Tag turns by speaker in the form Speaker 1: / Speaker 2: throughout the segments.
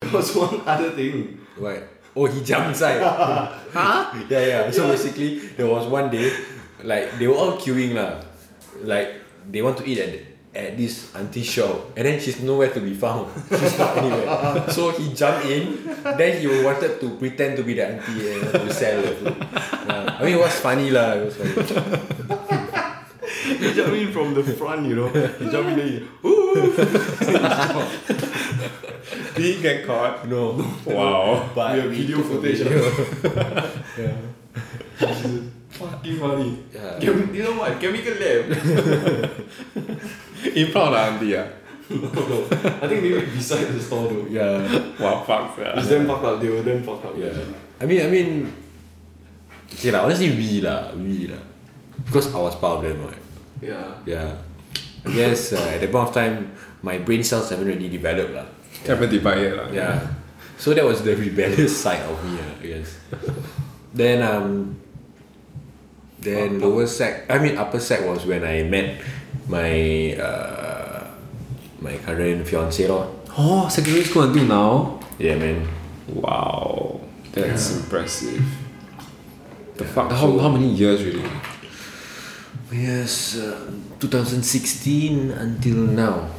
Speaker 1: There was one other thing.
Speaker 2: What? Oh, he jump inside. huh? Yeah, yeah. So basically, there was one day, like they were all queuing lah, like they want to eat at at this auntie shop, and then she's nowhere to be found. She's not anywhere. so he jumped in. Then he wanted to pretend to be the auntie and to sell the food. Yeah. I mean, it was funny lah. It was funny.
Speaker 1: He jumped in from the front, you know. He jumped in there, he, "Ooh." Did he get caught?
Speaker 2: No.
Speaker 1: Wow.
Speaker 2: But
Speaker 1: we have video
Speaker 2: took a
Speaker 1: footage.
Speaker 2: video.
Speaker 1: of- Fucking funny.
Speaker 2: Yeah.
Speaker 1: Can we, you know what? Can we get left?
Speaker 3: In front of the auntie, ah.
Speaker 1: no. I think maybe beside the store though.
Speaker 2: yeah.
Speaker 3: Wow, fuck,
Speaker 1: It's
Speaker 3: sia.
Speaker 1: damn fucked up. They were damn fucked up.
Speaker 2: Yeah. I mean, I mean, okay lah. Honestly, we lah, we lah, because I was part of them, right?
Speaker 1: Yeah.
Speaker 2: Yeah. I guess uh, at that point of time, my brain cells haven't really developed lah.
Speaker 3: Haven't divided, lah.
Speaker 2: Yeah. So that was the rebellious side of me, uh, I guess. Then um, then lower sec. I mean upper sec was when I met my uh, my current fiance lor.
Speaker 3: Oh, secondary school until now.
Speaker 2: Yeah, man.
Speaker 3: Wow, that's impressive. The fuck? How, how many years really?
Speaker 2: Yes, uh, 2016 until now.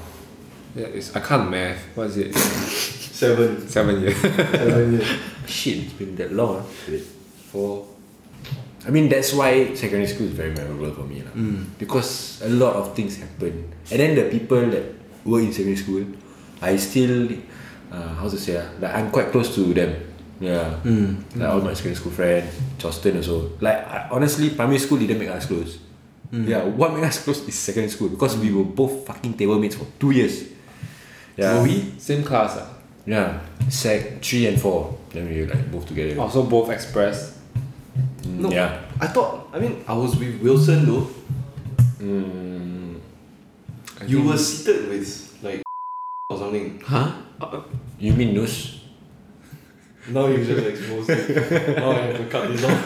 Speaker 3: Yeah, it's, I can't math. What is it?
Speaker 1: Seven.
Speaker 3: Seven years.
Speaker 1: Seven years.
Speaker 2: Shit, it's been that long. huh? For, I mean, that's why secondary school is very memorable for me. lah.
Speaker 3: Mm.
Speaker 2: Because a lot of things happen. And then the people that were in secondary school, I still, uh, how to say, ah, like I'm quite close to them. Yeah.
Speaker 3: Mm.
Speaker 2: Like all my secondary school friends, Justin also. Like, I, honestly, primary school didn't make us close.
Speaker 3: Mm.
Speaker 2: Yeah, what made us close is secondary school because we were both fucking table mates for two years. Yeah.
Speaker 3: Were we same class? Ah?
Speaker 2: Yeah, sec three and four. Then we like both together.
Speaker 3: Also Oh, both express.
Speaker 2: Mm,
Speaker 1: No.
Speaker 2: Yeah.
Speaker 1: I thought. I mean, I was with Wilson though.
Speaker 2: Hmm.
Speaker 3: I
Speaker 1: you
Speaker 3: think-
Speaker 1: were seated with like or something.
Speaker 2: Huh? You mean Nus?
Speaker 1: Now you just exposed it. Now I have to cut this off.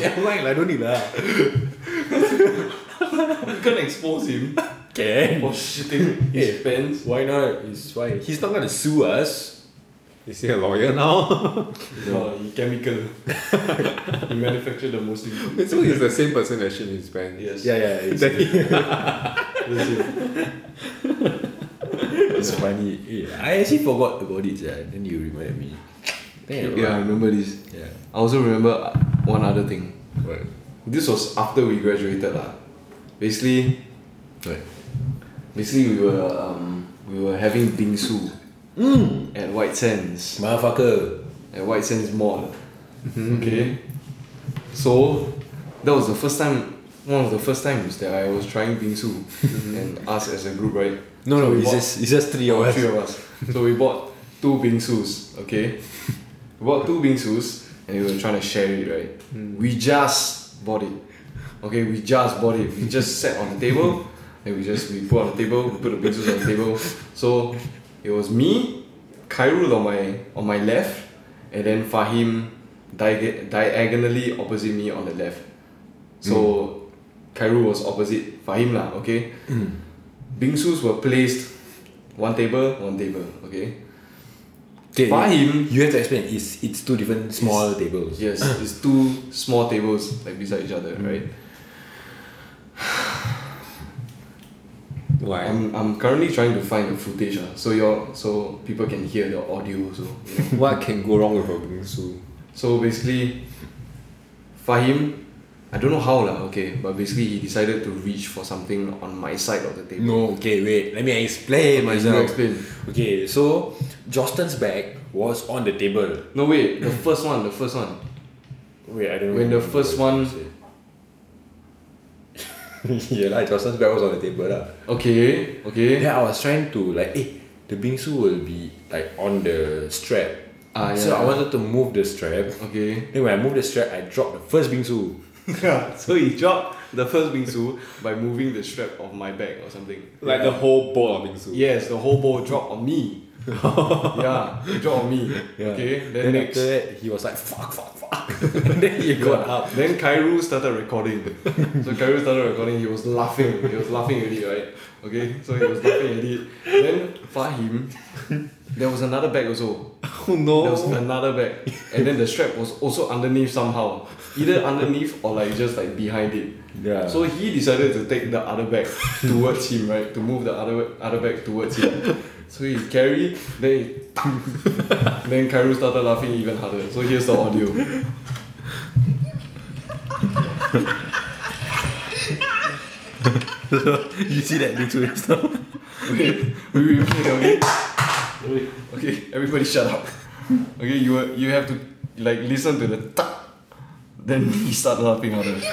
Speaker 2: Yeah, why? I don't need that.
Speaker 1: You can't expose him for
Speaker 2: Can.
Speaker 1: shitting his
Speaker 2: Yeah.
Speaker 1: pants.
Speaker 2: Why not? He's why Oh, he's not gonna sue us.
Speaker 3: Is he a lawyer now?
Speaker 1: No, he chemical. he manufactured the Muslim.
Speaker 3: so he's the same person that shit in his pants.
Speaker 1: Yes.
Speaker 2: yeah. It's,
Speaker 1: That's it.
Speaker 2: it's funny. Yeah. I actually forgot about it. Yeah. Then you reminded me. Damn.
Speaker 1: Yeah, I remember this.
Speaker 2: Yeah.
Speaker 1: I also remember one other thing.
Speaker 2: Right.
Speaker 1: This was after we graduated lah. Basically,
Speaker 2: Right.
Speaker 1: basically we were um, we were having bingsu at White Sands.
Speaker 2: Motherfucker.
Speaker 1: at White Sands Mall. Okay. So that was the first time one of the first times that I was trying bingsu and us as a group, right?
Speaker 2: No,
Speaker 1: So
Speaker 2: no.
Speaker 1: we
Speaker 2: It's
Speaker 1: bought-
Speaker 2: just it's just three of
Speaker 1: or
Speaker 2: us.
Speaker 1: three of us. So we bought two bingsus, okay? We bought two bingsus and we were trying to share it, right?
Speaker 3: Hmm.
Speaker 1: We just bought it. Okay, we just bought it. We just sat on the table and we just we put on the table, we put the bingsus on the table. So it was me, Khairul on my on my left, and then Fahim diag- diagonally opposite me on the left. So Khairul was opposite Fahim lah, okay? Bingsus were placed one table, one table, okay?
Speaker 2: Okay.
Speaker 1: Fahim-
Speaker 2: You have to explain. It's it's two different small tables.
Speaker 1: Yes, it's two small tables like beside each other, right?
Speaker 3: Why?
Speaker 1: I'm, I'm currently trying to find the footage, ah, so your so people can hear the audio also. you know.
Speaker 3: what can go wrong with a bingsu?
Speaker 1: so basically, Fahim, I don't know how lah, okay, but basically he decided to reach for something on my side of the table.
Speaker 2: No. Okay. Wait. Let me explain
Speaker 1: Okay, you
Speaker 2: myself.
Speaker 1: explain.
Speaker 2: Okay. So, Justin's bag was on the table.
Speaker 1: No wait, the first one, the first one.
Speaker 2: Wait, I don't
Speaker 1: When the
Speaker 2: know.
Speaker 1: first one,
Speaker 2: yeah, like Justin's bag was on the table. lah.
Speaker 1: okay, okay,
Speaker 2: Then I was trying to like, eh, the bingsu will be like on the strap.
Speaker 1: Ah, yeah,
Speaker 2: so I
Speaker 1: yeah.
Speaker 2: wanted to move the strap.
Speaker 1: okay.
Speaker 2: Then when I moved the strap, I dropped the first bingsu.
Speaker 1: so he dropped the first bingsu by moving the strap of my bag or something.
Speaker 3: Like the whole bowl of bingsu.
Speaker 1: Yes, the whole ball dropped on me. yeah, it dropped on me. Okay, then, next.
Speaker 2: after that, he was like, fuck, fuck, fuck. and then he
Speaker 1: Yeah.
Speaker 2: got up.
Speaker 1: Then Kairu started recording. so Kairu started recording, he was laughing. He was laughing at it, right? Okay, so he was laughing at it. Then Fahim There was another bag also.
Speaker 3: Oh no.
Speaker 1: There was another bag, and then the strap was also underneath somehow, either underneath or like just like behind it.
Speaker 2: Yeah.
Speaker 1: So he decided to take the other bag towards him, right? To move the other other bag towards him. So he carried, then he then Kairu started laughing even harder. So here's the audio.
Speaker 2: you see that looks weird stuff?
Speaker 1: Wait, we replay okay? Okay, everybody shut up. Okay, you were- you have to like listen to the tuck. Then he started laughing harder.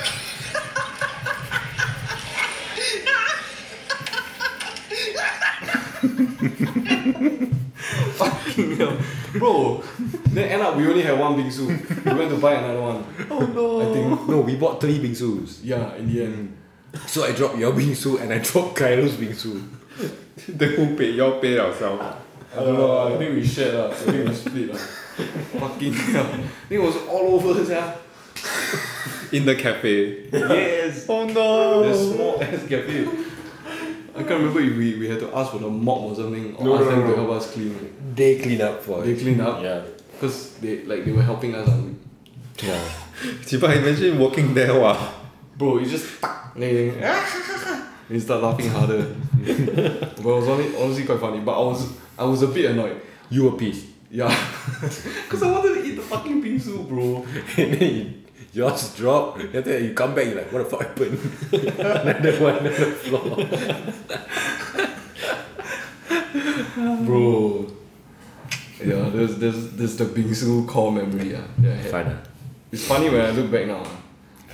Speaker 1: Fucking hell. Bro, then end up we only had one bingsu. We went to buy another one.
Speaker 2: Oh no.
Speaker 1: I think-
Speaker 2: no, we bought three bingsus.
Speaker 1: Yeah, in the end.
Speaker 2: So I dropped your bingsu and I dropped Kylo's bingsu.
Speaker 3: Then who pay? Y'all pay yourself.
Speaker 1: I don't know, I think we shared lah. I think we split lah. Fucking hell. I think it was all over, yeah.
Speaker 3: In the cafe.
Speaker 1: Yes.
Speaker 3: Oh no.
Speaker 1: The small ass cafe. I can't remember if we, we had to ask for the mop or something or
Speaker 2: No,
Speaker 1: ask
Speaker 2: no,
Speaker 1: them
Speaker 2: no,
Speaker 1: to
Speaker 2: no.
Speaker 1: help us clean.
Speaker 2: They clean up for
Speaker 1: They
Speaker 2: it.
Speaker 1: cleaned up
Speaker 2: Yeah.
Speaker 1: because they like they were helping us. out.
Speaker 2: Yeah.
Speaker 3: Jiba, imagine walking there, wow.
Speaker 1: Bro, you just then you- then you start laughing harder. but it was only, honestly quite funny. But I was I was a bit annoyed.
Speaker 2: You were pissed.
Speaker 1: Yeah, because I wanted to eat the fucking bingsu, bro.
Speaker 2: and then you, yours drop. And then you come back, you're like, what the fuck happened? Another one on the floor.
Speaker 1: Bro. Yeah, there's there's there's the bingsu core memory. Yeah, that I had.
Speaker 2: Fun ah.
Speaker 1: It's funny when I look back now. ah.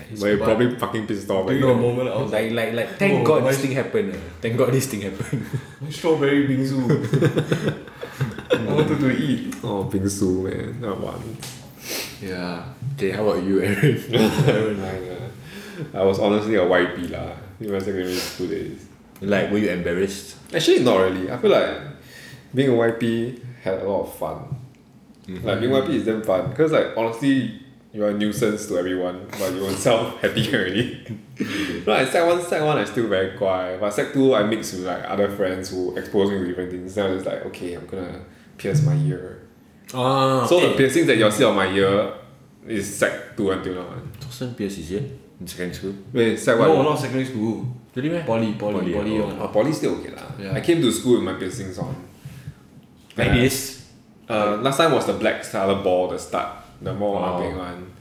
Speaker 3: But you're probably fucking pissed off.
Speaker 1: During the moment, I was like,
Speaker 2: Like, like, like, thank
Speaker 1: Oh,
Speaker 2: God
Speaker 1: why-
Speaker 2: this thing happened. ah. Thank God this thing happened.
Speaker 1: My strawberry bingsu. I wanted to eat.
Speaker 3: Oh, bingsu, man. Not one.
Speaker 1: Yeah.
Speaker 2: okay, how about you, Aaron?
Speaker 3: I was honestly a YP lah. In my secondary school days.
Speaker 2: like, were you embarrassed?
Speaker 3: Actually, not really. I feel like being a YP had a lot of fun. Like being YP is damn fun because like honestly, you're a nuisance to everyone, but you yourself happy already. like sec one, sec one, I still very quiet. But sec two, I mix with like other friends who expose me to different things. Then I was like, okay, I'm gonna pierce my ear.
Speaker 2: Ah,
Speaker 3: So the piercing that you see on my ear is sec two until now.
Speaker 2: Thorsten Pierce is here in secondary school.
Speaker 3: Wait, sec one.
Speaker 1: No, not secondary school.
Speaker 2: Really meh?
Speaker 1: Poly, poly, poly.
Speaker 2: Poly, oh.
Speaker 1: one.
Speaker 3: Oh, poly still okay lah.
Speaker 1: Yeah.
Speaker 3: I came to school with my piercings on.
Speaker 2: Like
Speaker 3: Yeah.
Speaker 2: this.
Speaker 3: Uh, last time was the black colour ball, the start, the more
Speaker 2: Wow.
Speaker 3: big one.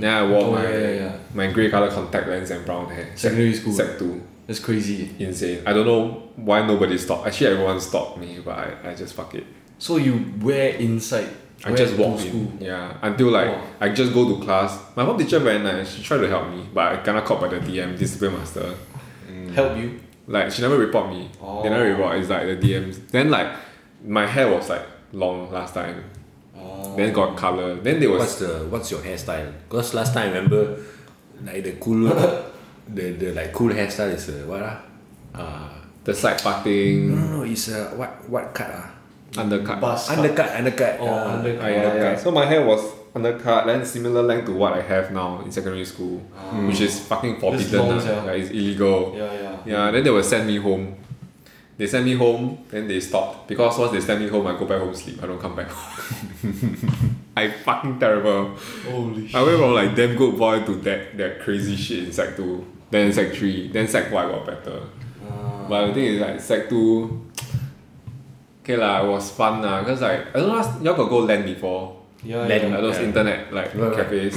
Speaker 3: Then I wore
Speaker 1: Oh,
Speaker 3: my
Speaker 1: yeah, yeah, yeah.
Speaker 3: my grey colour contact lens and brown hair.
Speaker 1: Secondary school.
Speaker 3: Sec two,
Speaker 1: That's crazy.
Speaker 3: insane. I don't know why nobody stopped. Actually, everyone stopped me, but I, I just fuck it.
Speaker 1: So you wear inside.
Speaker 3: I
Speaker 1: wear
Speaker 3: just
Speaker 1: to
Speaker 3: walked in. Yeah, until like
Speaker 1: Wow.
Speaker 3: I just go to class. My form teacher very nice. She tried to help me, but I kena caught by the DM discipline master.
Speaker 1: Help you.
Speaker 3: Like she never report me. They never
Speaker 1: Mm. Oh.
Speaker 3: report. It's like the DMs. Then like my hair was like long last time.
Speaker 1: Oh.
Speaker 3: Then got color. Then there was
Speaker 2: What's the what's your hairstyle? Because last time I remember, like the cool, the the like cool hairstyle is a what ah? Uh,
Speaker 3: the side parting,
Speaker 2: no no it's a what what cut ah?
Speaker 3: undercut.
Speaker 1: Bus.
Speaker 2: Undercut undercut.
Speaker 1: Oh,
Speaker 2: ah.
Speaker 1: undercut.
Speaker 3: Ah, yeah, yeah, yeah. So my hair was undercut, then similar length to what I have now in secondary school, which is fucking
Speaker 1: That's
Speaker 3: forbidden.
Speaker 1: long,
Speaker 3: ah.
Speaker 1: sia.
Speaker 3: yeah, it's illegal.
Speaker 1: Yeah, yeah.
Speaker 3: Yeah, then they will send me home. They send me home, then they stopped because once they send me home, I go back home sleep. I don't come back. I fucking terrible.
Speaker 1: Holy shit.
Speaker 3: I went from like damn good boy to that that crazy shit in sec two, then in sec three, then sec four I got better.
Speaker 1: Uh,
Speaker 3: But the thing is like sec two, okay lah, it was fun lah. Cause like I don't know, last- y'all got go land before,
Speaker 1: Yeah,
Speaker 2: Then-
Speaker 1: yeah.
Speaker 3: like those
Speaker 2: Yeah.
Speaker 3: internet like
Speaker 2: Right, right.
Speaker 3: cafes.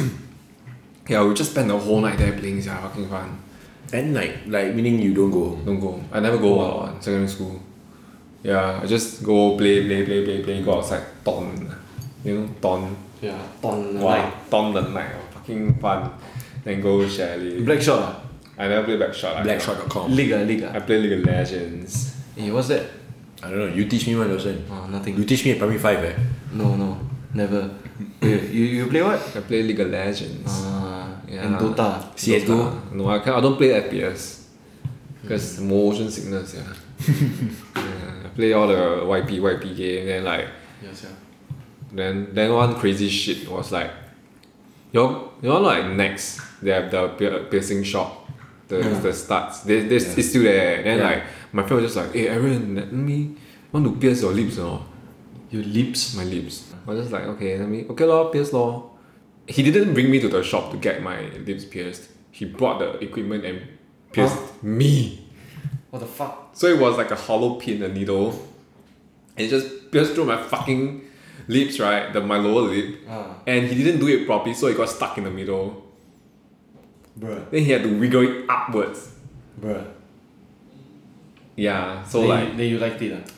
Speaker 3: yeah, we just spend the whole night there playing. Yeah, fucking fun.
Speaker 2: And like like meaning you don't go home.
Speaker 3: Don't go. I never go out in secondary school. Yeah, I just go play, play, play, play, play. Go outside, ton, you know, ton.
Speaker 1: Yeah. On the
Speaker 3: Wow,
Speaker 1: night.
Speaker 3: ton the night. oh, Fucking fun. Then go chalet.
Speaker 1: Black shot ah.
Speaker 3: I never play Blackshot.
Speaker 2: Blackshot.com.
Speaker 1: League ah, league ah.
Speaker 3: I play League of Legends.
Speaker 1: Hey, what's that?
Speaker 2: I don't know. You teach me one lesson.
Speaker 1: Oh,
Speaker 2: You
Speaker 1: nothing.
Speaker 2: teach me at primary five eh.
Speaker 1: No, no. Never. Wait, you, you play what?
Speaker 3: I play League of Legends.
Speaker 1: Ah,
Speaker 3: Yeah.
Speaker 1: And Dota.
Speaker 2: CS:GO?
Speaker 3: Dota. No, I, can't, I don't play FPS. Because motion sickness, yeah. yeah. I play all the YP, YP game. Then like,
Speaker 1: Yes, yeah.
Speaker 3: then then one crazy shit was like, you you know like next they have the pier- piercing shop, the the studs. They, they it's still there. Then
Speaker 2: Yeah.
Speaker 3: like my friend was just like, hey Aaron, let me want to pierce your lips or.
Speaker 1: Your lips.
Speaker 3: my lips. I was just like, okay, let me okay lor, pierce lor. He didn't bring me to the shop to get my lips pierced. He brought the equipment and pierced me.
Speaker 1: What the fuck?
Speaker 3: So it was like a hollow pin, a needle, and it just pierced through my fucking lips, right? The my lower lip.
Speaker 1: Ah,
Speaker 3: And he didn't do it properly, so it got stuck in the middle.
Speaker 1: bruh,
Speaker 3: Then he had to wiggle it upwards.
Speaker 1: bruh.
Speaker 3: Yeah. So
Speaker 1: then
Speaker 3: like
Speaker 1: you, then you liked it, ah.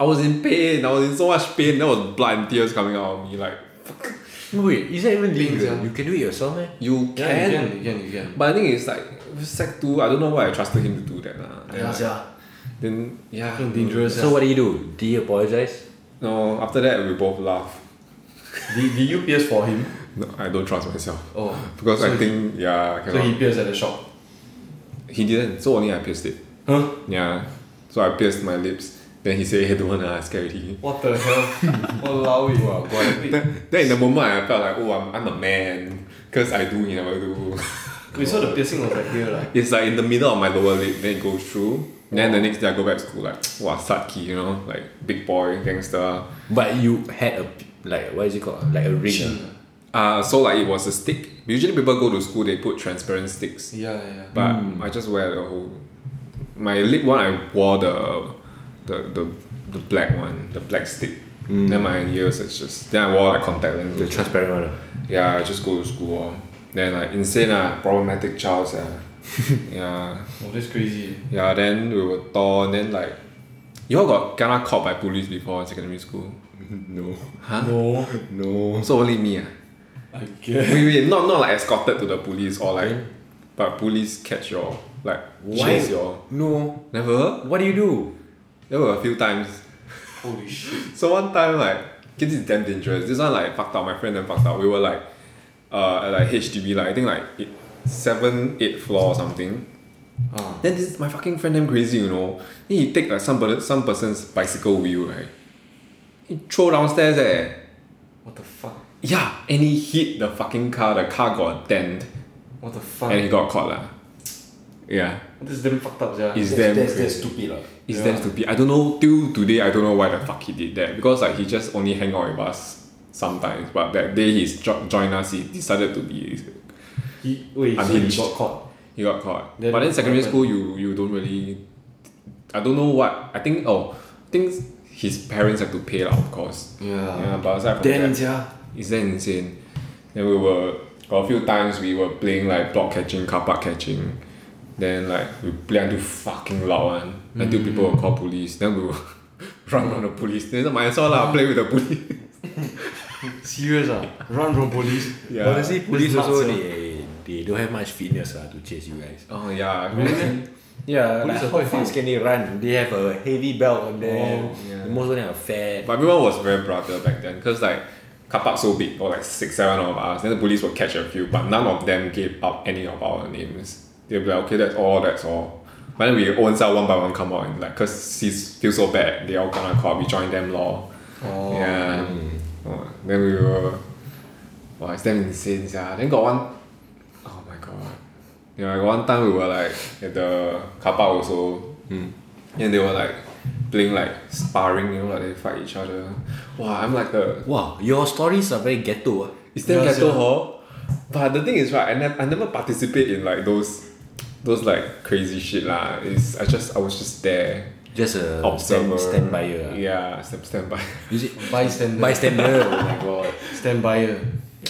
Speaker 3: I was in pain. I was in so much pain. There was blood and tears coming out of me. Like
Speaker 2: Wait, is that even
Speaker 1: Things,
Speaker 2: legal?
Speaker 1: yeah.
Speaker 2: You can do it yourself, eh? man.
Speaker 3: you
Speaker 1: Yeah,
Speaker 3: can,
Speaker 1: you can, you can, you can.
Speaker 3: but I think it's like sec two. I don't know why I trusted him to do that. lah. Then,
Speaker 1: Yeah,
Speaker 3: like,
Speaker 1: sia.
Speaker 3: then yeah.
Speaker 1: Fucking dangerous.
Speaker 2: So
Speaker 1: sia.
Speaker 2: what do you do? Do you apologize?
Speaker 3: No. After that, we both laugh.
Speaker 1: Did, did you pierce for him?
Speaker 3: No, I don't trust myself
Speaker 1: Oh,
Speaker 3: because
Speaker 1: so
Speaker 3: I think yeah. I
Speaker 1: He, so
Speaker 3: cannot.
Speaker 1: he pierced at the shop.
Speaker 3: he didn't. So only I pierced it.
Speaker 1: Huh?
Speaker 3: Yeah. So I pierced my lips. Then he said, "Hey, don't wanna ask already."
Speaker 1: What the hell? Walao, eh. Wow, God.
Speaker 3: Then, then in the moment, I felt like, "Oh, I'm, I'm a man," because I do, he never do.
Speaker 1: Wait, so the piercing was like here, like.
Speaker 3: It's like in the middle of my lower lip, then it goes through. Then the next day I go back to school, like, wow, Satki, you know, like big boy, gangster.
Speaker 2: But you had a like what is it called? Like a ring. ah?
Speaker 3: Uh, so, like, it was a stick. Usually people go to school, they put transparent sticks.
Speaker 1: Yeah, yeah. yeah.
Speaker 3: But I just wear the whole. My lip one, I wore the the, the, the black one, the black stick. Then my ears, it's just. Then I wore like contact lenses.
Speaker 2: The transparent one. ah.
Speaker 3: Yeah, I just go to school. lor. Then, like, insane, uh, problematic child, uh. yeah.
Speaker 1: Oh, that's crazy.
Speaker 3: Yeah, then we were torn, then like you all got kena caught by police before in secondary school.
Speaker 2: No.
Speaker 3: Huh?
Speaker 1: No,
Speaker 2: No.
Speaker 3: So only me ah.
Speaker 1: I guess.
Speaker 3: Wait, wait, not not like escorted to the police or like but police catch your like
Speaker 2: Why?
Speaker 3: chase your
Speaker 2: No.
Speaker 3: Never?
Speaker 2: What do you do?
Speaker 3: There were a few times.
Speaker 1: Holy shit.
Speaker 3: So one time like kids is damn dangerous. This one like fucked up, my friend then fucked up. We were like uh at like HDB like I think like eight, seven, eight floor or something.
Speaker 1: Ah.
Speaker 3: Then this my fucking friend damn crazy, you know. Then he take like some per- some person's bicycle wheel, right? He throw downstairs eh.
Speaker 1: What the fuck?
Speaker 3: Yeah, and he hit the fucking car, the car got dent
Speaker 1: What the fuck?
Speaker 3: and he got caught lah. Yeah.
Speaker 1: this is damn fucked up, yeah.
Speaker 3: It's damn
Speaker 2: that's, that's
Speaker 3: crazy.
Speaker 2: stupid lah.
Speaker 3: It's
Speaker 1: Yeah.
Speaker 3: damn stupid. I don't know till today I don't know why the fuck he did that. Because like he just only hang out with us sometimes. But that day he's jo- joined us, he decided to be
Speaker 1: He, wait, so he
Speaker 3: Unhinged.
Speaker 1: got caught.
Speaker 3: He got caught.
Speaker 1: Then
Speaker 3: but then secondary
Speaker 1: what
Speaker 3: school, you you don't really. I don't know what I think. Oh, I think his parents have to pay lah, of course.
Speaker 1: Yeah.
Speaker 3: Yeah, but aside from
Speaker 1: Damn,
Speaker 3: that,
Speaker 1: yeah.
Speaker 3: it's that insane. Then we were got a few times we were playing like block catching, car park catching. Then like we play until fucking loud one until people will
Speaker 1: Mm.
Speaker 3: call police. Then we will run on the police. Then might as well lah play with the police.
Speaker 1: Serious, ah. Run from police.
Speaker 3: yeah.
Speaker 2: Honestly, police
Speaker 1: That's
Speaker 2: also
Speaker 1: nuts,
Speaker 2: they, they don't have much fitness uh, to chase you guys.
Speaker 3: Oh yeah.
Speaker 1: Really?
Speaker 2: Yeah,
Speaker 1: Police are
Speaker 2: police like,
Speaker 1: quite
Speaker 2: how fast can they run? They have a heavy belt on them.
Speaker 1: Oh,
Speaker 3: yeah.
Speaker 2: Most of them are fat.
Speaker 3: But everyone was very brother back then because like car park so big or like six, seven of us. Then the police will catch a few, but none of them gave up any of our names. They'll be like, okay, that's all, that's all. But then we own out one by one come out and like, cause he feel so bad. They all gonna call. We join them law.
Speaker 1: Oh.
Speaker 3: Yeah. Oh, then we were. Wow, it's damn insane, yeah. Then got one oh my god. Yeah, got one time we were like at the car park also. Mm. And they were like playing like sparring, you know, like they fight each other. Wow, I'm like a
Speaker 2: Wow, your stories are very ghetto. ah.
Speaker 3: it's damn
Speaker 1: Yeah,
Speaker 3: ghetto
Speaker 1: sia.
Speaker 3: hall. But the thing is right, I, ne- I never participate in like those those like crazy shit lah. It's I just I was just there.
Speaker 2: Just a
Speaker 3: Observer.
Speaker 2: stand, standby. Uh.
Speaker 3: Yeah, stand, stand by.
Speaker 2: Is it
Speaker 1: Bystander.
Speaker 2: bystander? oh my god.
Speaker 1: Standby.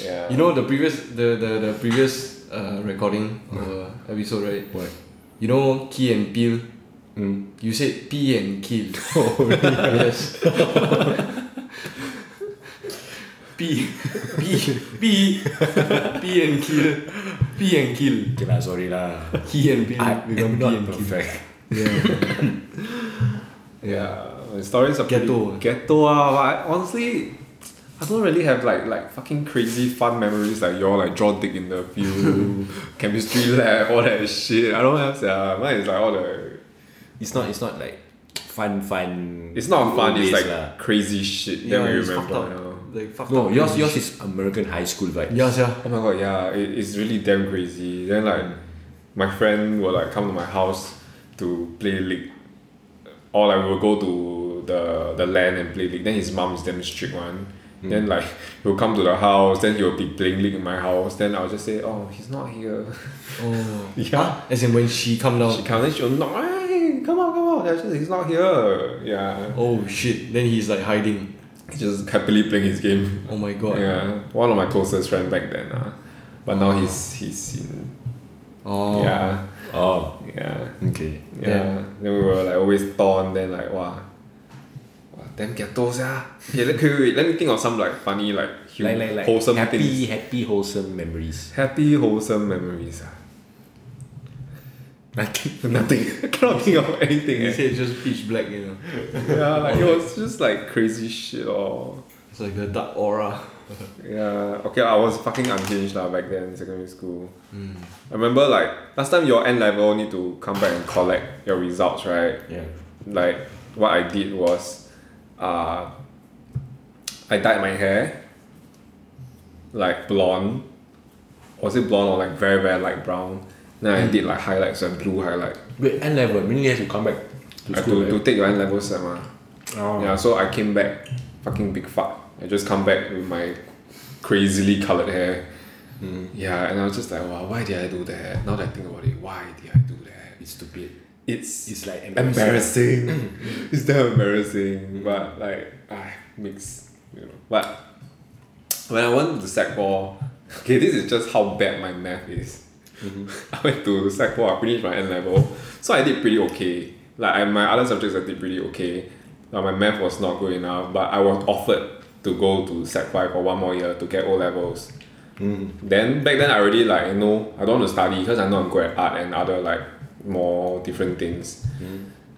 Speaker 3: yeah.
Speaker 1: You know the previous the the, the previous uh, recording uh, episode right?
Speaker 2: Mm-hmm. What? Mm.
Speaker 1: You know key and peel. You said pee and kill.
Speaker 2: Oh,
Speaker 1: yes. pee, pee, pee, pee and kill, pee and kill,
Speaker 2: Okay lah, sorry lah.
Speaker 1: key and peel.
Speaker 2: I
Speaker 1: become
Speaker 2: am
Speaker 1: pee
Speaker 2: not
Speaker 1: and kill.
Speaker 2: perfect.
Speaker 1: Yeah.
Speaker 3: Yeah, my stories are pretty-
Speaker 1: Ghetto.
Speaker 3: Ghetto ah, but I- honestly, I don't really have like like fucking crazy fun memories like y'all like draw dick in the field, chemistry lab, all that shit. I don't have yeah. Mine is like all the.
Speaker 2: It's not. It's not like fun. Fun.
Speaker 3: It's not fun. It's
Speaker 2: days
Speaker 3: like
Speaker 2: lah.
Speaker 3: crazy shit
Speaker 1: yeah,
Speaker 3: that we
Speaker 1: it's fucked
Speaker 3: remember.
Speaker 1: up.
Speaker 3: You know?
Speaker 1: Like fucked
Speaker 2: No,
Speaker 1: up.
Speaker 2: yours. Yours is American high school vibes.
Speaker 1: Yeah, yeah.
Speaker 3: Oh my god, yeah, it, it's really damn crazy. Then like, my friend will like come to my house to play league, or like we'll go to to the the land and play league. Then his mom is damn strict one. Then like he'll come to the house, then he'll be playing league in my house. Then I'll just say, oh, he's not here.
Speaker 1: Oh.
Speaker 3: yeah.
Speaker 1: As in when she come down.
Speaker 3: She comes, then she'll knock. Hey, come on, come on. Then I just, he's not here. Yeah.
Speaker 1: Oh shit. Then he's like hiding.
Speaker 3: He's just happily playing his game.
Speaker 1: Oh my god.
Speaker 3: Yeah. One of my closest friend back then. Uh, but now he's he's in.
Speaker 1: Oh.
Speaker 3: Yeah.
Speaker 2: Oh,
Speaker 3: Yeah.
Speaker 2: okay.
Speaker 3: Yeah. Then we were like always torn. Then like wow. Wow, damn ah. ghetto sia. Okay, let, wait, wait, let me think of some like funny like, hu-
Speaker 2: Like, like, like
Speaker 3: wholesome
Speaker 2: happy,
Speaker 3: things.
Speaker 2: happy, wholesome memories.
Speaker 3: Happy wholesome memories. ah.
Speaker 2: Nothing.
Speaker 3: Nothing. I cannot think of anything.
Speaker 1: He
Speaker 3: eh.
Speaker 1: said just pitch black, you know.
Speaker 3: yeah, like, it was just like crazy shit or
Speaker 1: It's like a dark aura.
Speaker 3: yeah. Okay, I was fucking unhinged lah back then in secondary school.
Speaker 2: Hmm.
Speaker 3: I remember like last time your N level need to come back and collect your results, right?
Speaker 2: Yeah.
Speaker 3: like what I did was uh, I dyed my hair like blonde was it blonde or like very very light brown then I did like highlights and blue highlight
Speaker 2: Wait, N level. Meaning you have to come back to
Speaker 3: I
Speaker 2: school.
Speaker 3: to, to
Speaker 2: right?
Speaker 3: take your N level sem ah.
Speaker 2: Oh.
Speaker 3: yeah so I came back fucking big fuck I just come back with my crazily coloured hair yeah and I was just like wow why did I do that now that I think about it why did I do that
Speaker 2: It's stupid.
Speaker 3: it's
Speaker 2: It's like embarrassing.
Speaker 3: embarrassing. it's damn embarrassing. But like I mix, you know. But when I went to sec four, okay, this is just how bad my math is. I went to sec four. I finished my N level, so I did pretty okay. Like I, my other subjects, I did pretty okay. Like my math was not good enough, but I was offered to go to sec five for one more year to get O levels. Then back then I already like you know I don't want to study because I know I'm good at art and other like more different things.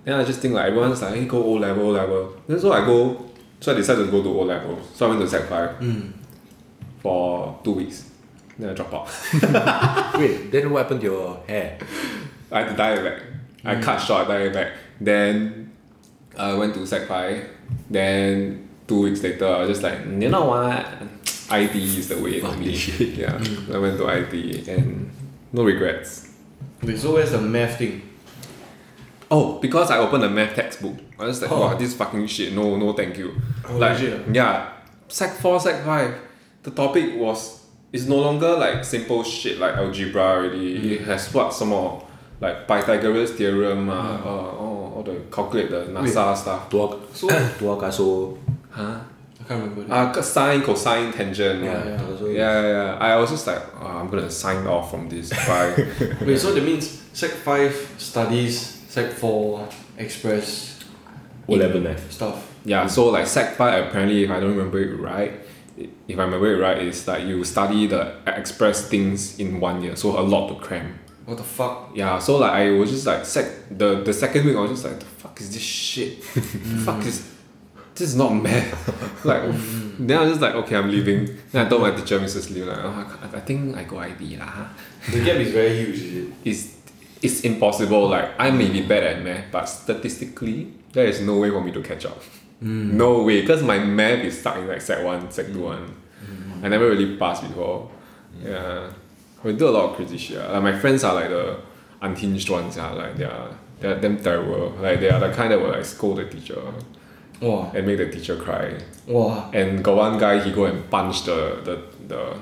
Speaker 3: Then I just think like everyone's like hey, go O level O level. Then so I go so I decided to go to O level. So I went to Sec Five for two weeks. Then I drop out.
Speaker 2: Wait, then what happened to your hair?
Speaker 3: I had to dye it back. I cut short, dye it back. Then I went to Sec Five. Then two weeks later I was just like you know what IT is the way for me. Yeah. I went to IT and no regrets.
Speaker 1: Wait, so where's the math thing?
Speaker 3: Oh, because I opened a math textbook. I was like,
Speaker 1: Oh.
Speaker 3: wow, this fucking shit. No, no, thank you.
Speaker 1: Oh,
Speaker 3: like,
Speaker 1: legit ah?
Speaker 3: yeah, sec four, sec five. The topic was it's no longer like simple shit like algebra already.
Speaker 1: Mm.
Speaker 3: It has what some more like Pythagoras theorem. Uh,
Speaker 1: Mm.
Speaker 3: uh, oh, all the calculate the NASA stuff.
Speaker 2: Tua,
Speaker 1: So-
Speaker 2: tua kaso.
Speaker 3: Huh?
Speaker 1: I can't remember. that.
Speaker 3: Uh, sine, cosine, tangent.
Speaker 2: Yeah,
Speaker 3: yeah,
Speaker 2: yeah.
Speaker 3: yeah. yeah. I was just like, oh, I'm gonna sign off from this. Bye.
Speaker 1: Wait, so that means sec five studies, sec four express
Speaker 2: O level math.
Speaker 1: stuff.
Speaker 3: Yeah, so like sec five apparently if I don't remember it right, i- if I remember it right, is like you study the express things in one year, so a lot to cram.
Speaker 1: What the fuck?
Speaker 3: Yeah, so like I was just like sec the the second week I was just like the fuck is this shit? fuck is this is not math. like then I was just like okay I'm leaving. Then I told my teacher Mrs. Liu like oh, I ca- I think I go ID lah. huh?"
Speaker 1: The gap is very huge, is it?
Speaker 3: It's it's impossible. Like I may be bad at math, but statistically there is no way for me to catch up. No way, because my math is stuck in like set one, set two one. I never really passed before. Yeah, we do a lot of crazy shit. ah. Like my friends are like the unhinged ones. Yeah, like they are they are them terrible. Like they are the kind that will like scold the teacher
Speaker 1: Wow.
Speaker 3: and make the teacher cry.
Speaker 1: Wow.
Speaker 3: And got one guy, he go and punch the the the,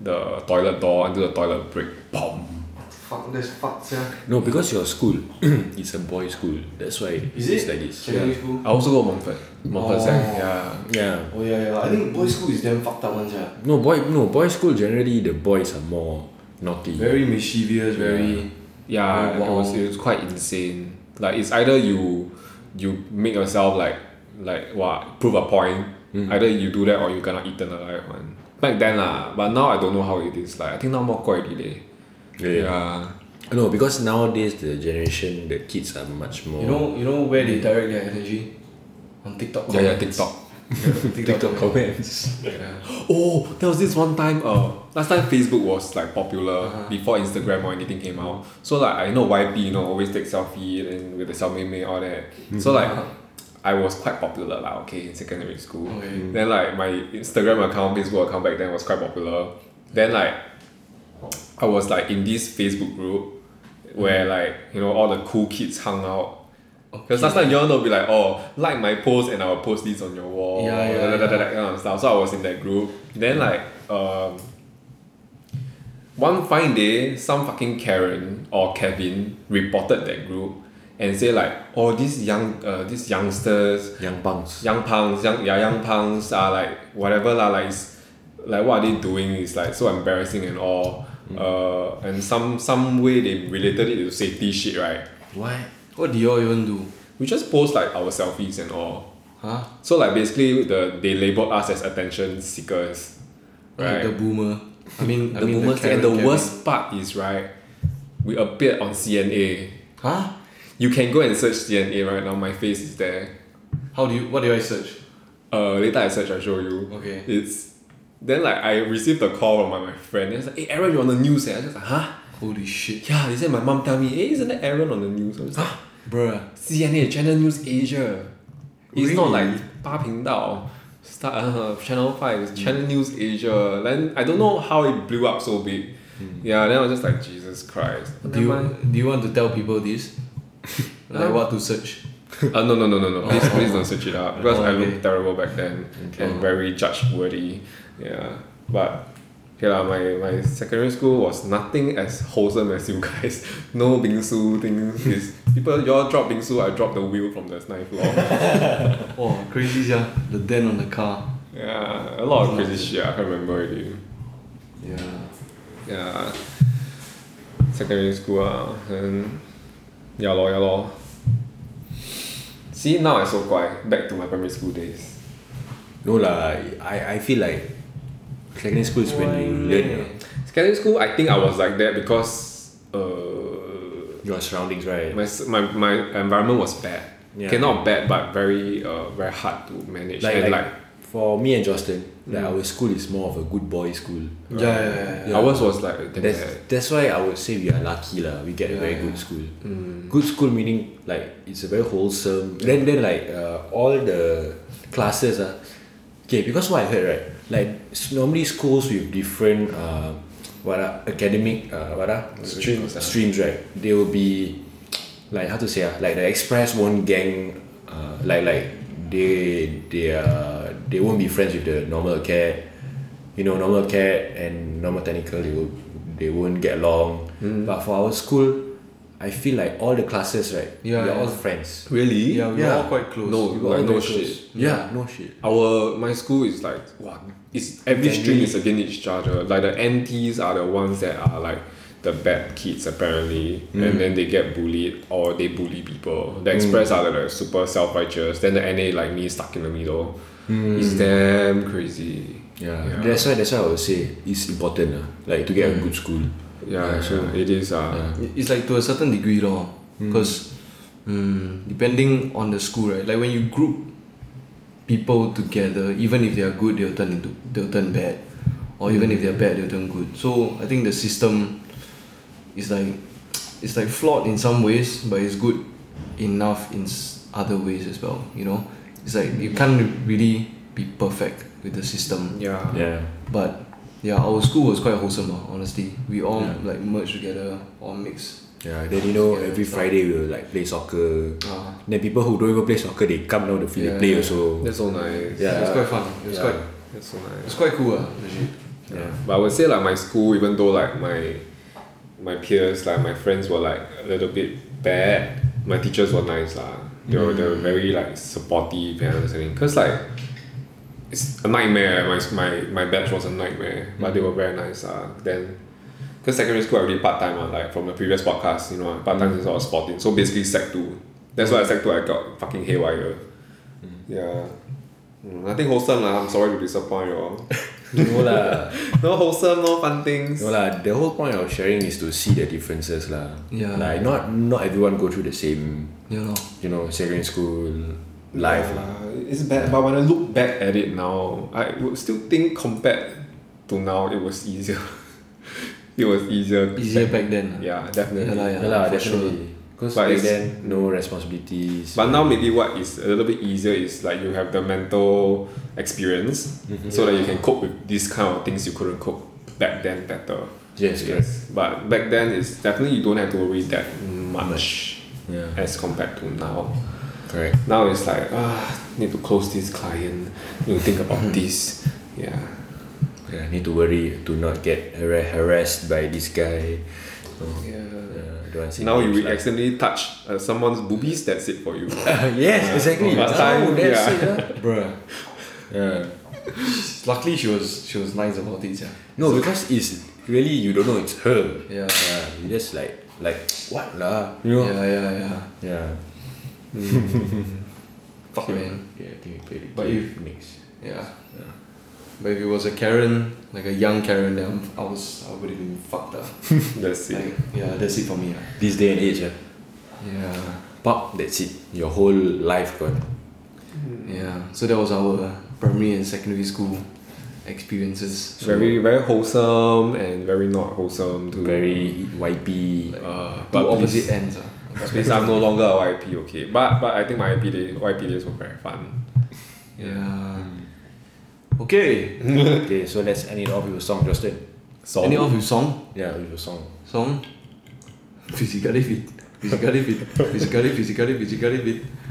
Speaker 3: the toilet door until the toilet break. Boom.
Speaker 1: Fuck, that's fucked, yeah.
Speaker 2: No, because your school is a boys' school. That's why
Speaker 1: Is
Speaker 2: it's
Speaker 1: it?
Speaker 2: like this.
Speaker 1: Secondary school?
Speaker 3: I also go Montfort. Montfort
Speaker 1: Oh.
Speaker 3: Sec. Yeah.
Speaker 2: Yeah.
Speaker 1: Oh yeah, yeah. I think boys' school is damn fucked up one, yeah.
Speaker 2: No boy no boys' school generally the boys are more naughty.
Speaker 1: Very mischievous, very.
Speaker 3: Yeah.
Speaker 1: Oh, wow.
Speaker 3: It was it was quite insane. Like it's either you you make yourself like like what prove a point.
Speaker 1: Hmm.
Speaker 3: Either you do that or you gonna eat them alive one. Back then lah, but now I don't know how it is. Like I think now more quite delay. Yeah.
Speaker 2: No, because nowadays the generation the kids are much more
Speaker 1: You know, you know where they direct their energy on TikTok.
Speaker 3: Yeah, yeah,
Speaker 1: comments.
Speaker 3: TikTok.
Speaker 1: TikTok, comments.
Speaker 2: comments.
Speaker 3: Oh, there was this one time. Uh, last time Facebook was like popular before Instagram or anything came out. So like I know YP, you know, always take selfie and with the selfie mate all that. So like, I was quite popular lah. Okay, in secondary school.
Speaker 1: Okay.
Speaker 3: Then like my Instagram account, Facebook account back then was quite popular. Then like, I was like in this Facebook group where like you know all the cool kids hung out. Because last time y'all will be like, oh, like my post and I'll post these on your wall.
Speaker 1: Yeah, yeah,
Speaker 3: da, da, da, da,
Speaker 1: yeah.
Speaker 3: da, kind of stuff. So I was in that group. Then like um, one fine day, some fucking Karen or Kevin reported that group and say like, oh, these young uh, these youngsters,
Speaker 2: Young bounce.
Speaker 3: young punks, young yeah, young punks are like whatever lah, like it's, like what are they doing is like so embarrassing and all.
Speaker 1: Mm.
Speaker 3: Uh, and some some way they related it to safety shit, right?
Speaker 2: What?
Speaker 1: What do y'all even do?
Speaker 3: We just post like our selfies and all.
Speaker 1: Huh?
Speaker 3: So like basically the they labeled us as attention
Speaker 1: Like
Speaker 3: seekers. Right.
Speaker 1: The boomer. I mean,
Speaker 3: Mm, the
Speaker 1: I mean
Speaker 3: boomers
Speaker 1: Karen
Speaker 3: and the
Speaker 1: Karen.
Speaker 3: worst part is right, we appeared on CNA.
Speaker 1: Huh?
Speaker 3: You can go and search CNA right now. My face is there.
Speaker 1: How do you? What do I search?
Speaker 3: Uh, later I search, I show you.
Speaker 1: Okay.
Speaker 3: It's then like I received a call from my, my friend. It's like, hey Aaron, you're on the news. And I just like, huh?
Speaker 1: Holy shit,
Speaker 3: Yeah. They said my mom tell me, hey, isn't that Aaron on the news? I was like,
Speaker 1: bruh.
Speaker 3: CNA Channel News Asia. It's not like
Speaker 1: Really?
Speaker 3: 八频道 Star uh, Channel Five it's Channel News Asia. Then I don't know how it blew up so big.
Speaker 1: Hmm.
Speaker 3: Yeah. Then I was just like Jesus Christ.
Speaker 1: Do
Speaker 3: Never mind.
Speaker 1: you, do you want to tell people this? like what to search?
Speaker 3: Uh, no, no, no, no, no. Please, please don't switch it up because
Speaker 1: Oh,
Speaker 3: I look
Speaker 1: okay.
Speaker 3: terrible back then and very judge worthy. Yeah, but okay lah. My my secondary school was nothing as wholesome as you guys. No bingsu things. This people y'all drop bingsu, I drop the wheel from the ninth floor.
Speaker 1: Oh, crazy yeah. The dent on the car.
Speaker 3: yeah, a lot of crazy shit. I can't remember already.
Speaker 1: Yeah.
Speaker 3: Yeah, secondary school ah, and yeah lor, yeah lor. See now I so quiet. Back to my primary school days.
Speaker 2: No lah. I, I feel like secondary school is when you learn you know,
Speaker 3: Secondary school, I think I was like that because uh,
Speaker 2: your surroundings, right?
Speaker 3: my, s- my my environment was bad.
Speaker 2: Yeah.
Speaker 3: Okay, not bad, but very uh, very hard to manage.
Speaker 2: Like,
Speaker 3: and
Speaker 2: like,
Speaker 3: like,
Speaker 2: for me and Justin,
Speaker 1: Mm.
Speaker 2: like our school is more of a good boy school.
Speaker 1: Yeah, yeah, yeah, yeah.
Speaker 3: ours was like damn
Speaker 2: That's
Speaker 3: bad.
Speaker 2: that's why I would say we are lucky lah. We get a very
Speaker 1: Yeah.
Speaker 2: good school.
Speaker 3: Mm.
Speaker 2: Good school meaning like it's a very wholesome. Then then like uh, all the classes are okay because what I heard right like s- normally schools with different uh, what are academic uh, what are
Speaker 3: Streams, ah.
Speaker 2: streams right they will be like how to say ah like the express one gang uh, like like they they are they won't be friends with the normal cat you know normal cat and normal technical they will they won't get along
Speaker 1: Mm.
Speaker 2: but for our school I feel like all the classes right
Speaker 1: Yeah,
Speaker 2: we are
Speaker 1: yeah.
Speaker 2: all friends
Speaker 3: Really?
Speaker 1: Yeah, we were
Speaker 2: Yeah.
Speaker 1: all quite close.
Speaker 3: No,
Speaker 1: we were
Speaker 3: like
Speaker 1: all very
Speaker 3: no
Speaker 1: close.
Speaker 3: shit.
Speaker 2: yeah no shit
Speaker 3: Our my school is like wow, it's every
Speaker 2: Family.
Speaker 3: stream is against each other. Like the NTs are the ones that are like the bad kids apparently, and then they get bullied or they bully people. The express are the like, super self righteous. Then the NA like me stuck in the middle. It's damn crazy.
Speaker 2: yeah.
Speaker 3: Yeah.
Speaker 2: that's why that's why I would say it's important ah like to get
Speaker 1: Mm.
Speaker 2: a good school
Speaker 3: Yeah, so it is. Uh,
Speaker 1: It- It's like to a certain degree though, because depending on the school, right? Like when you group people together, even if they are good, they'll turn into they'll turn bad, or even if they're bad, they'll turn good. So I think the system is like it's like flawed in some ways, but it's good enough in s- other ways as well. You know, it's like you can't really be perfect with the system.
Speaker 3: yeah.
Speaker 2: yeah
Speaker 1: But yeah, our school was quite wholesome, ah, honestly. We all like merged together or mixed.
Speaker 2: yeah then you know every Friday we will like play soccer
Speaker 1: Ah,
Speaker 2: Then people who don't even play soccer, they come down the field,
Speaker 1: Yeah,
Speaker 2: they play
Speaker 1: yeah.
Speaker 2: also.
Speaker 3: That's so nice.
Speaker 2: Yeah.
Speaker 1: It's quite fun. It's
Speaker 2: Yeah.
Speaker 1: quite
Speaker 3: That's so nice.
Speaker 1: it's quite cool, ah, legit.
Speaker 2: Yeah.
Speaker 3: But I would say like my school, even though like my my peers, like my friends were like a little bit bad, my teachers were nice lah. They were they were very like supportive and understanding. Cause like it's a nightmare. My my my batch was a nightmare, but they were very nice lah. Then. Because secondary school I already part time like from the previous podcast, you know, part time is all sporting. So basically sec two. That's why sec two I got fucking haywire. Yeah. Mm, nothing wholesome lah, I'm sorry to disappoint you all.
Speaker 2: no lah,
Speaker 3: No wholesome, no fun things.
Speaker 2: no lah. The whole point of sharing is to see the differences lah.
Speaker 1: Yeah.
Speaker 2: Like not not everyone go through the same,
Speaker 1: You know.
Speaker 2: you know, secondary school life. lah.
Speaker 3: Uh, it's bad, but when I look back at it now, I would still think compared to now, it was easier. it was easier.
Speaker 1: Easier back then. ah.
Speaker 3: Yeah, definitely.
Speaker 1: Yeah lah, yeah.
Speaker 2: Yeah lah,
Speaker 1: for
Speaker 2: definitely. Because
Speaker 3: But
Speaker 2: back
Speaker 3: it's-
Speaker 2: then no responsibilities.
Speaker 3: But now maybe what is a little bit easier is like you have the mental experience,
Speaker 2: Mm-hmm.
Speaker 3: so that you can cope with these kind of things you couldn't cope back then better.
Speaker 2: yes, yes. Mm.
Speaker 3: But back then, it's definitely you don't have to worry that much.
Speaker 2: Yeah.
Speaker 3: as compared to now.
Speaker 2: Correct.
Speaker 3: Now it's like ah, need to close this client, need to think about this. Yeah,
Speaker 2: Yeah, need to worry to not get har- harassed by this guy. So,
Speaker 3: yeah.
Speaker 2: uh, don't want to say
Speaker 3: Now
Speaker 2: names
Speaker 3: you
Speaker 2: lah.
Speaker 3: accidentally touch uh, someone's boobies. That's it for you.
Speaker 2: yes, exactly. Now
Speaker 3: Last time,
Speaker 2: that's
Speaker 3: yeah.
Speaker 2: it. lah.
Speaker 1: Bruh.
Speaker 2: Yeah.
Speaker 1: Luckily she was she was nice about it, yeah.
Speaker 2: No, because it's really you don't know it's her.
Speaker 1: Yeah.
Speaker 2: Yeah, you just like like what lah? You know?
Speaker 1: Yeah, yeah, yeah.
Speaker 2: Yeah.
Speaker 3: Mm.
Speaker 1: Fuck man.
Speaker 2: Yeah, I think we played it.
Speaker 1: But if-
Speaker 2: next.
Speaker 1: Yeah. But if it was a Karen, like a young Karen, then I'm- I was I would have been fucked up.
Speaker 3: That's it.
Speaker 1: Like, yeah, that's it for me. Yeah.
Speaker 2: This day and age, yeah.
Speaker 1: Yeah.
Speaker 2: Pop, that's it. Your whole life gone.
Speaker 1: Yeah. So that was our primary and secondary school experiences.
Speaker 3: Very very wholesome and very not wholesome. Too.
Speaker 2: Very wipey.
Speaker 3: Uh,
Speaker 1: Two
Speaker 3: but
Speaker 1: opposite
Speaker 3: opposite.
Speaker 1: ends. ah.
Speaker 3: Please, I'm no longer a YP. Okay, but but I think my YP days, YP days were very fun.
Speaker 1: Yeah. Okay.
Speaker 2: okay, so let's end it off with a song, Justin.
Speaker 3: So
Speaker 1: Any of you song?
Speaker 2: Yeah, with a song.
Speaker 1: Song? Physically fit. Physically fit. Physically, physically, physically fit.